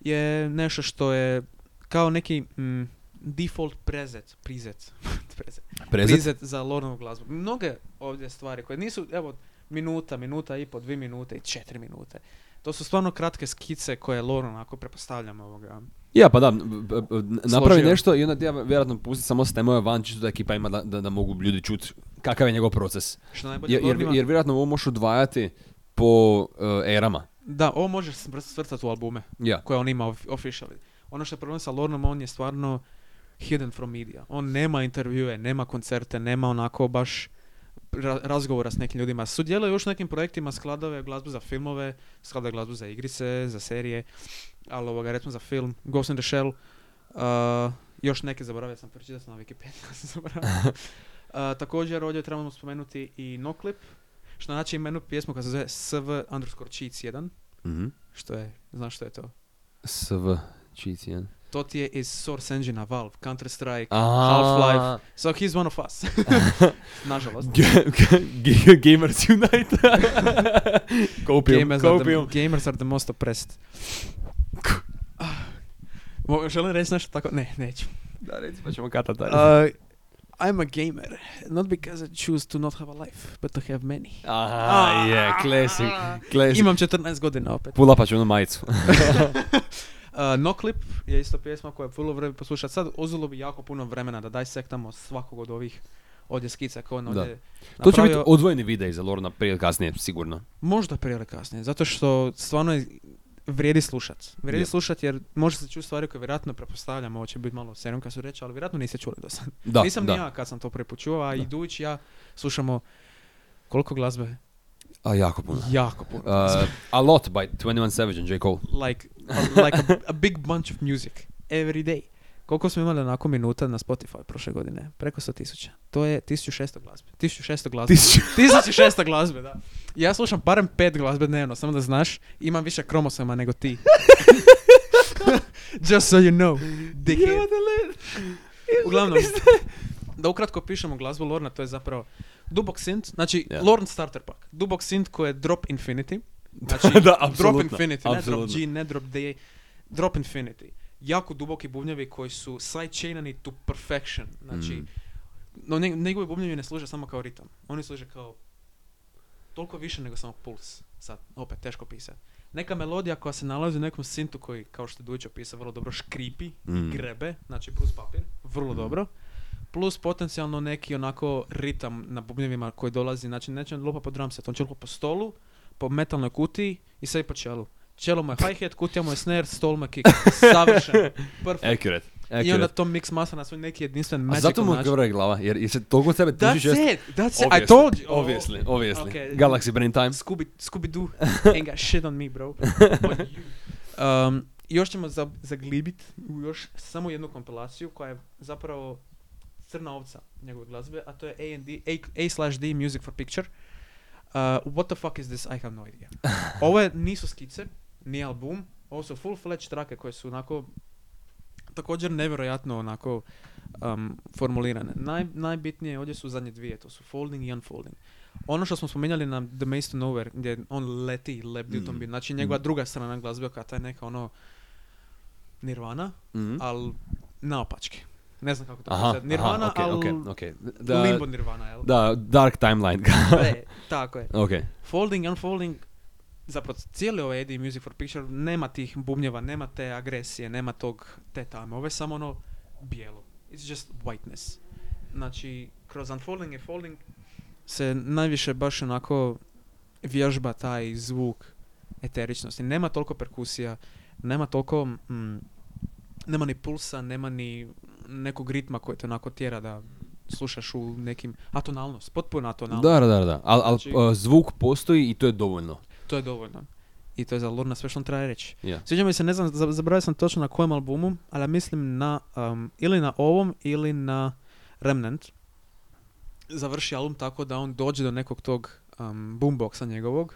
Speaker 2: je nešto što je kao neki mm, default prezet, prizet, (laughs) prezet,
Speaker 1: Prezet.
Speaker 2: prizet za Lornovu glazbu. Mnoge ovdje stvari koje nisu, evo, minuta, minuta i po, dvi minute i četiri minute. To su stvarno kratke skice koje Lorno, onako, prepostavljam ovoga.
Speaker 1: Ja, pa da, b- b- b- napravi
Speaker 2: Složio.
Speaker 1: nešto i onda ti ja vjerojatno pusti samo stemove van, čisto da ekipa ima da, da, da mogu ljudi čut kakav je njegov proces.
Speaker 2: Što najbolje
Speaker 1: Jer, jer,
Speaker 2: Lorn ima-
Speaker 1: jer vjerojatno ovo možeš odvajati po uh, erama.
Speaker 2: Da, ovo možeš smr- svrstati u albume
Speaker 1: Ja.
Speaker 2: koje on ima of- officially. Ono što je problem sa Lornom, on je stvarno hidden from media. On nema intervjue, nema koncerte, nema onako baš ra- razgovora s nekim ljudima. Sudjeluje još u nekim projektima, skladove glazbu za filmove, sklada glazbu za igrice, za serije, ali ovoga, recimo za film, Ghost in the Shell, uh, još neke zaboravio sam, pročitao sam na Wikipediji, (laughs) ali sam zaboravio. Uh, također ovdje trebamo spomenuti i Noclip, što znači imenu pjesmu koja se zove SV underscore cheats 1,
Speaker 1: Mhm.
Speaker 2: što je, znaš što je to?
Speaker 1: Sv. Cheats, ja.
Speaker 2: To ti je iz Source Engine-a, Valve, Counter-Strike,
Speaker 1: Aha.
Speaker 2: so he's one of us. (laughs) Nažalost.
Speaker 1: G- Gamers
Speaker 2: (laughs)
Speaker 1: Unite. Kopium,
Speaker 2: Gamers are, the,
Speaker 1: kopium.
Speaker 2: gamers are the most oppressed. Ah. Mo- Želim reći nešto tako? Ne, neću. Uh,
Speaker 1: Da, reci pa ćemo katat dalje.
Speaker 2: I'm a gamer, not because I choose to not have a life, but to have many.
Speaker 1: Aha, je, classic. classic.
Speaker 2: Imam 14 godina
Speaker 1: (laughs)
Speaker 2: opet. (laughs)
Speaker 1: Pula pa ću onu majicu.
Speaker 2: Uh, no Clip je isto pjesma koja je vrlo vrijedi poslušati. Sad uzelo bi jako puno vremena da dajsektamo svakog od ovih ovdje skica koje on
Speaker 1: Da.
Speaker 2: ovdje
Speaker 1: to će biti
Speaker 2: napravio.
Speaker 1: odvojeni videj za Lorna prije ili kasnije, sigurno.
Speaker 2: Možda prije ili kasnije, zato što stvarno je vrijedi slušat. Vrijedi
Speaker 1: Je.
Speaker 2: slušat jer može se čuti stvari koje vjerojatno prepostavljam, ovo će biti malo serum kad su reći, ali vjerojatno niste čuli do sad.
Speaker 1: Da,
Speaker 2: Nisam
Speaker 1: da.
Speaker 2: ni ja kad sam to prvi put čuo, a
Speaker 1: Da.
Speaker 2: idući ja slušamo koliko glazbe?
Speaker 1: A, jako puno.
Speaker 2: Jako puno.
Speaker 1: Uh, a Lot by 21 Savage and J. Cole.
Speaker 2: like a, like a, a big bunch of music every day. Koliko smo imali onako minuta na Spotify prošle godine? Preko 100 tisuća. To je 1600 glazbe. 1600 glazbe. (laughs) 1600 glazbe, da. Ja slušam barem pet glazbe dnevno, samo da znaš, imam više kromosoma nego ti. (laughs) Just so you know, dickhead. Uglavnom, da ukratko pišemo glazbu Lorna, to je zapravo dubok synth, znači
Speaker 1: Ja.
Speaker 2: Lorn starter pack. Dubok synth koji je Drop
Speaker 1: (laughs)
Speaker 2: Infinity. Znači,
Speaker 1: Da,
Speaker 2: Drop
Speaker 1: apsolutno,
Speaker 2: Infinity, ne Drop
Speaker 1: apsolutno.
Speaker 2: G, ne Drop D, Drop Infinity. Jako duboki bubnjevi koji su sidechainani to perfection. Znači,
Speaker 1: Mm.
Speaker 2: no, njeg- njegovi bubnjevi ne služe samo kao ritam. Oni služe kao toliko više nego samo puls. Sad, opet, teško pisati. Neka melodija koja se nalazi u nekom sintu koji, kao što je Dujić opisao, vrlo dobro škripi,
Speaker 1: Mm.
Speaker 2: grebe, znači plus papir, vrlo dobro. Plus potencijalno neki onako ritam na bubnjevima koji dolazi, znači neće on lupa po drum set, on će lupa po stolu, po metalnoj kutiji i sve i po čelu. Čelo mu je hi-hat, kutija mu je snare, stol mu je kick.
Speaker 1: (laughs)
Speaker 2: Savršen, perfect.
Speaker 1: Accurate.
Speaker 2: I onda
Speaker 1: E, Accurate.
Speaker 2: to mix master na svoj neki jedinstven
Speaker 1: A
Speaker 2: magical
Speaker 1: zato mu
Speaker 2: način.
Speaker 1: govore glava, jer, jer se toliko sebe tužiš
Speaker 2: That's
Speaker 1: često.
Speaker 2: it, that's it, I
Speaker 1: Obviously,
Speaker 2: told you. Oh,
Speaker 1: Obviously, obviously.
Speaker 2: Okay.
Speaker 1: Galaxy Brain Time.
Speaker 2: Scooby, Scooby
Speaker 1: (laughs)
Speaker 2: Doo ain't got shit on me, bro. um, još ćemo za, zaglibit u još samo jednu kompilaciju koja je zapravo crna ovca njegove glazbe, a to je A&D, A, A slash D Music for Picture. Uh, what the fuck is this? I have no idea. Ovo je, nisu skice, nije album, ovo su full-fledged trake koje su onako također nevjerojatno onako um, formulirane. Naj, najbitnije ovdje su zadnje dvije, to su folding i unfolding. Ono što smo spomenjali na The Maze to Nowhere, gdje on leti, lebdi u tom
Speaker 1: Mm.
Speaker 2: bi- znači njegova
Speaker 1: Mm.
Speaker 2: druga strana glazbe, koja ta je neka ono nirvana,
Speaker 1: Mhm.
Speaker 2: ali naopačke. Ne znam kako to
Speaker 1: Aha,
Speaker 2: pisati. Nirvana,
Speaker 1: aha, okej,
Speaker 2: ali
Speaker 1: okej, okej. Da,
Speaker 2: limbo nirvana, jel?
Speaker 1: da, Dark Timeline.
Speaker 2: (laughs)
Speaker 1: (laughs)
Speaker 2: E, tako je.
Speaker 1: okej.
Speaker 2: Folding, unfolding, zapravo cijeli ovaj Eddie Music for Picture nema tih bubnjeva, nema te agresije, nema tog te tame. Ovo je samo ono bijelo. It's just whiteness. Znači, kroz unfolding i folding se najviše baš onako vježba taj zvuk eteričnosti. Nema toliko perkusija, nema toliko... mm, nema ni pulsa, nema ni nekog ritma koji te onako tjera da slušaš u nekim... Atonalnost, potpuno atonalnost.
Speaker 1: Da, da, da, da. Al, al,
Speaker 2: Znači-
Speaker 1: uh, zvuk postoji i to je dovoljno.
Speaker 2: To je dovoljno. I to je za Lorna sve što on treba reći.
Speaker 1: Ja.
Speaker 2: Sviđa mi se, ne znam, za- zaboravio sam točno na kojem albumu, ali mislim na, um, ili na ovom, ili na Remnant. Završi album tako da on dođe do nekog tog um, boomboxa njegovog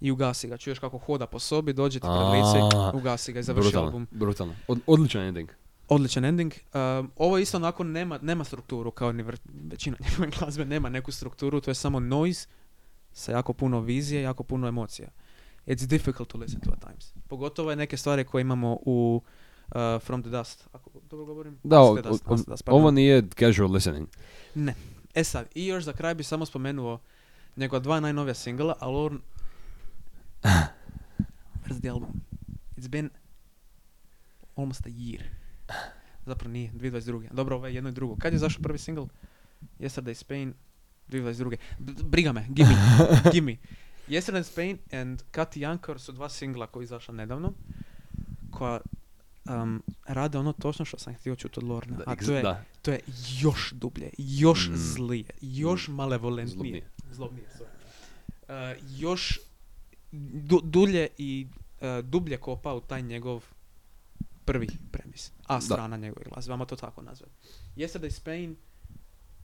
Speaker 2: i ugasi ga. Čuješ kako hoda po sobi, dođe ti pred lice,
Speaker 1: A,
Speaker 2: i ugasi ga i završi
Speaker 1: brutalno,
Speaker 2: album.
Speaker 1: Brutalno. Od, odličan ending.
Speaker 2: Odličan ending. Um, ovo isto onako nema, nema strukturu, kao ni vr- većina (laughs) njegove glazbe nema neku strukturu, to je samo noise sa jako puno vizije, jako puno emocija. It's difficult to listen to at times. Pogotovo je neke stvari koje imamo u uh, From the Dust, ako dobro govorim.
Speaker 1: Da,
Speaker 2: From
Speaker 1: o,
Speaker 2: the
Speaker 1: o,
Speaker 2: Dust, From the Dust, pardon.
Speaker 1: ovo nije casual listening.
Speaker 2: Ne. E sad, i još za kraj bi samo spomenuo njegova dva najnovija singla, ali on... Where's the album? It's been almost a year. Zapravo nije, 2022. Dobro, ovo je jedno i drugo. Kad je zašao prvi singl? Yesterday Spain, 2022. B- briga me, gimme, gimme. Yesterday in Spain and Kati Jankor su dva singla koji izašla nedavno, koja um, rade ono točno što sam htio čuti od Lorna.
Speaker 1: Da,
Speaker 2: A
Speaker 1: ex-
Speaker 2: to je,
Speaker 1: da.
Speaker 2: to je još dublje, još
Speaker 1: Mm.
Speaker 2: zlije, još malevolentnije.
Speaker 1: Zlobnije.
Speaker 2: Zlobnije, sorry. Uh, još du- dulje i uh, dublje kopa u taj njegov prvi premis. A strana njegove glazbe, vama to tako nazvati. Yesterday Spain,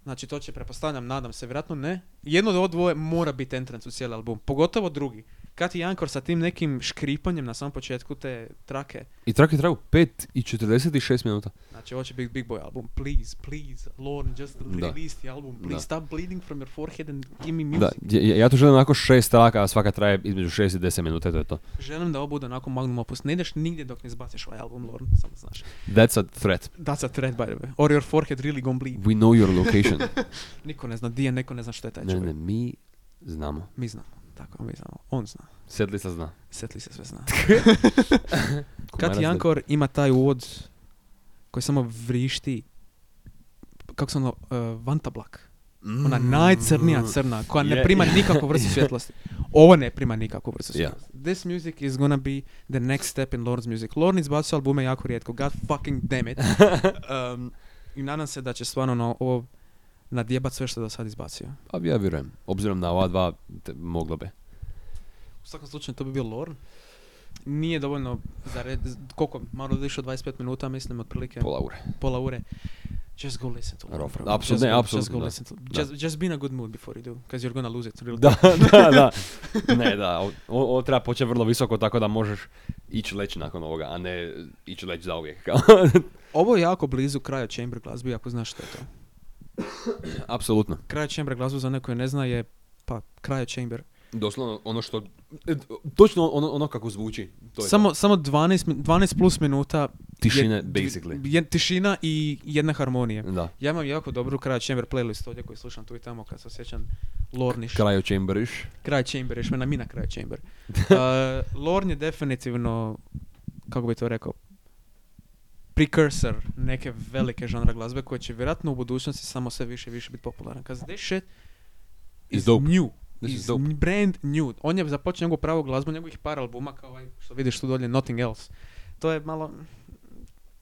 Speaker 2: znači to će, prepostavljam, nadam se, vjerojatno ne. Jedno od ovo dvoje mora biti entrance u cijeli album, pogotovo drugi. Kati Jankor sa tim nekim škripanjem na samom početku te trake,
Speaker 1: I trake traju 5 i 46 minuta.
Speaker 2: Znači, ovo će biti Big Boy album. Please, please, Lorne, just
Speaker 1: Da.
Speaker 2: release the album. Please
Speaker 1: Da.
Speaker 2: stop bleeding from your forehead and give me music.
Speaker 1: Da, ja, ja tu želim onako šest traka, a svaka traje između 6 i 10 minuta, to je to.
Speaker 2: Želim da ovo bude onako magnum opus. Ne ideš nigdje dok ne izbaciš ovaj album, Lorne, samo znaš.
Speaker 1: That's a threat.
Speaker 2: That's a threat, by the way. Or your forehead really gonna bleed.
Speaker 1: We know your location.
Speaker 2: Niko ne zna di je, neko ne zna što je taj
Speaker 1: ne,
Speaker 2: čovjek.
Speaker 1: ne, mi znamo.
Speaker 2: Mi znamo. Tako, mi znamo. On zna.
Speaker 1: Sedlica zna.
Speaker 2: Setli se
Speaker 1: (laughs)
Speaker 2: sve zna.
Speaker 1: Kumarac
Speaker 2: Kati
Speaker 1: zna.
Speaker 2: Jankor ima taj uvod koji samo vrišti kako se ono, uh, vantablak. Ona
Speaker 1: Mm.
Speaker 2: najcrnija crna koja ne
Speaker 1: Je- (laughs)
Speaker 2: prima
Speaker 1: je.
Speaker 2: nikakvu vrstu svjetlosti. Ovo ne prima nikakvu vrstu
Speaker 1: Yeah.
Speaker 2: svjetlosti. This music is gonna be the next step in Lorne's music. Lorne izbacio albume jako rijetko. God fucking
Speaker 1: (laughs)
Speaker 2: damn it. Um, I nadam se da će stvarno ono, ovo nadjebat sve što je do sad izbacio.
Speaker 1: Pa ja vjerujem. Obzirom na ova dva, te, moglo bi.
Speaker 2: U svakom slučaju to bi bio Lorne. Nije dovoljno za red, z- koliko, malo više od 25 minuta mislim otprilike, pola,
Speaker 1: Pola ure. (laughs)
Speaker 2: ure. Just go listen to Lorne.
Speaker 1: Rough,
Speaker 2: bro.
Speaker 1: rough. Apsolutno,
Speaker 2: Just
Speaker 1: ne,
Speaker 2: go- Just
Speaker 1: apsolutno,
Speaker 2: go
Speaker 1: da.
Speaker 2: listen to,
Speaker 1: Da.
Speaker 2: just, just be in a good mood before you do, because you're gonna lose it real
Speaker 1: Da, da, da. Ne, da, o- o- ovo treba početi vrlo visoko, tako da možeš ići leći nakon ovoga, a ne ići leći zauvijek. kao. (laughs)
Speaker 2: Ovo je jako blizu kraja chamber glazbi, ako znaš što je to.
Speaker 1: Apsolutno.
Speaker 2: Kraj chamber glazbu za neko koji ne zna je pa kraj chamber.
Speaker 1: Doslovno ono što... e, Točno ono, ono kako zvuči. To je
Speaker 2: samo samo 12, min- 12 plus minuta
Speaker 1: Tišine,
Speaker 2: je-
Speaker 1: basically.
Speaker 2: je- tišina i jedna harmonija.
Speaker 1: Da.
Speaker 2: Ja imam jako dobru kraj chamber playlist ovdje koju slušam tu i tamo kad se osjećam lorniš.
Speaker 1: Kraju Chamberish.
Speaker 2: kraj chamber, još me na mina kraj
Speaker 1: (laughs)
Speaker 2: chamber. Uh, Lorne je definitivno, kako bi to rekao, precursor neke velike žanra glazbe koje će vjerojatno u budućnosti samo sve više i više biti popularan. Cause this shit is
Speaker 1: Is dope.
Speaker 2: new.
Speaker 1: This is
Speaker 2: is
Speaker 1: dope.
Speaker 2: n- brand new. On je započeo njegovu pravu glazbu, njegovih par albuma kao ovaj što vidiš tu dolje, Nothing Else. To je malo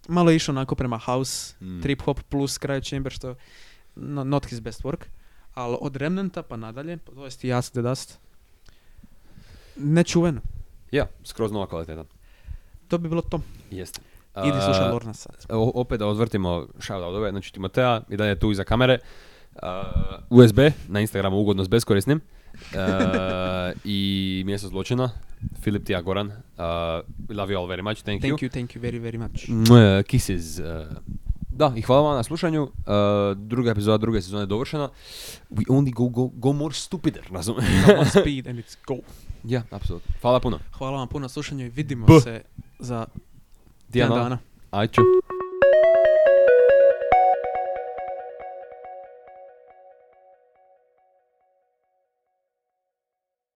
Speaker 2: malo je išao onako prema house,
Speaker 1: Mm.
Speaker 2: trip hop plus kraj chamber što no, not his best work, ali od Remnanta pa nadalje, pa to jest i Ask the Dust, nečuveno.
Speaker 1: Ja, skroz nova kvaliteta.
Speaker 2: To bi bilo to.
Speaker 1: Jeste.
Speaker 2: Idi slušaj
Speaker 1: A,
Speaker 2: Lorna sad.
Speaker 1: o- opet da odvrtimo shoutoutove, znači Timotea i dalje tu iza kamere. A, USB, na Instagramu ugodno s beskorisnim. A, I mjesto zločina, Filip Tija Goran. A, we love you Mm. all very much, thank,
Speaker 2: Thank you, thank you very, very much.
Speaker 1: Mwah, Kisses. eh. Da, i hvala vam na slušanju. Eh, druga epizoda druge sezone je dovršena. We only go, go, go more stupider, razumem?
Speaker 2: Come on speed and it's go.
Speaker 1: ja, apsolutno. Hvala puno.
Speaker 2: Hvala vam puno na slušanju i vidimo
Speaker 1: B.
Speaker 2: se za
Speaker 1: Tjedan
Speaker 2: tjedan dana.
Speaker 1: Ajču.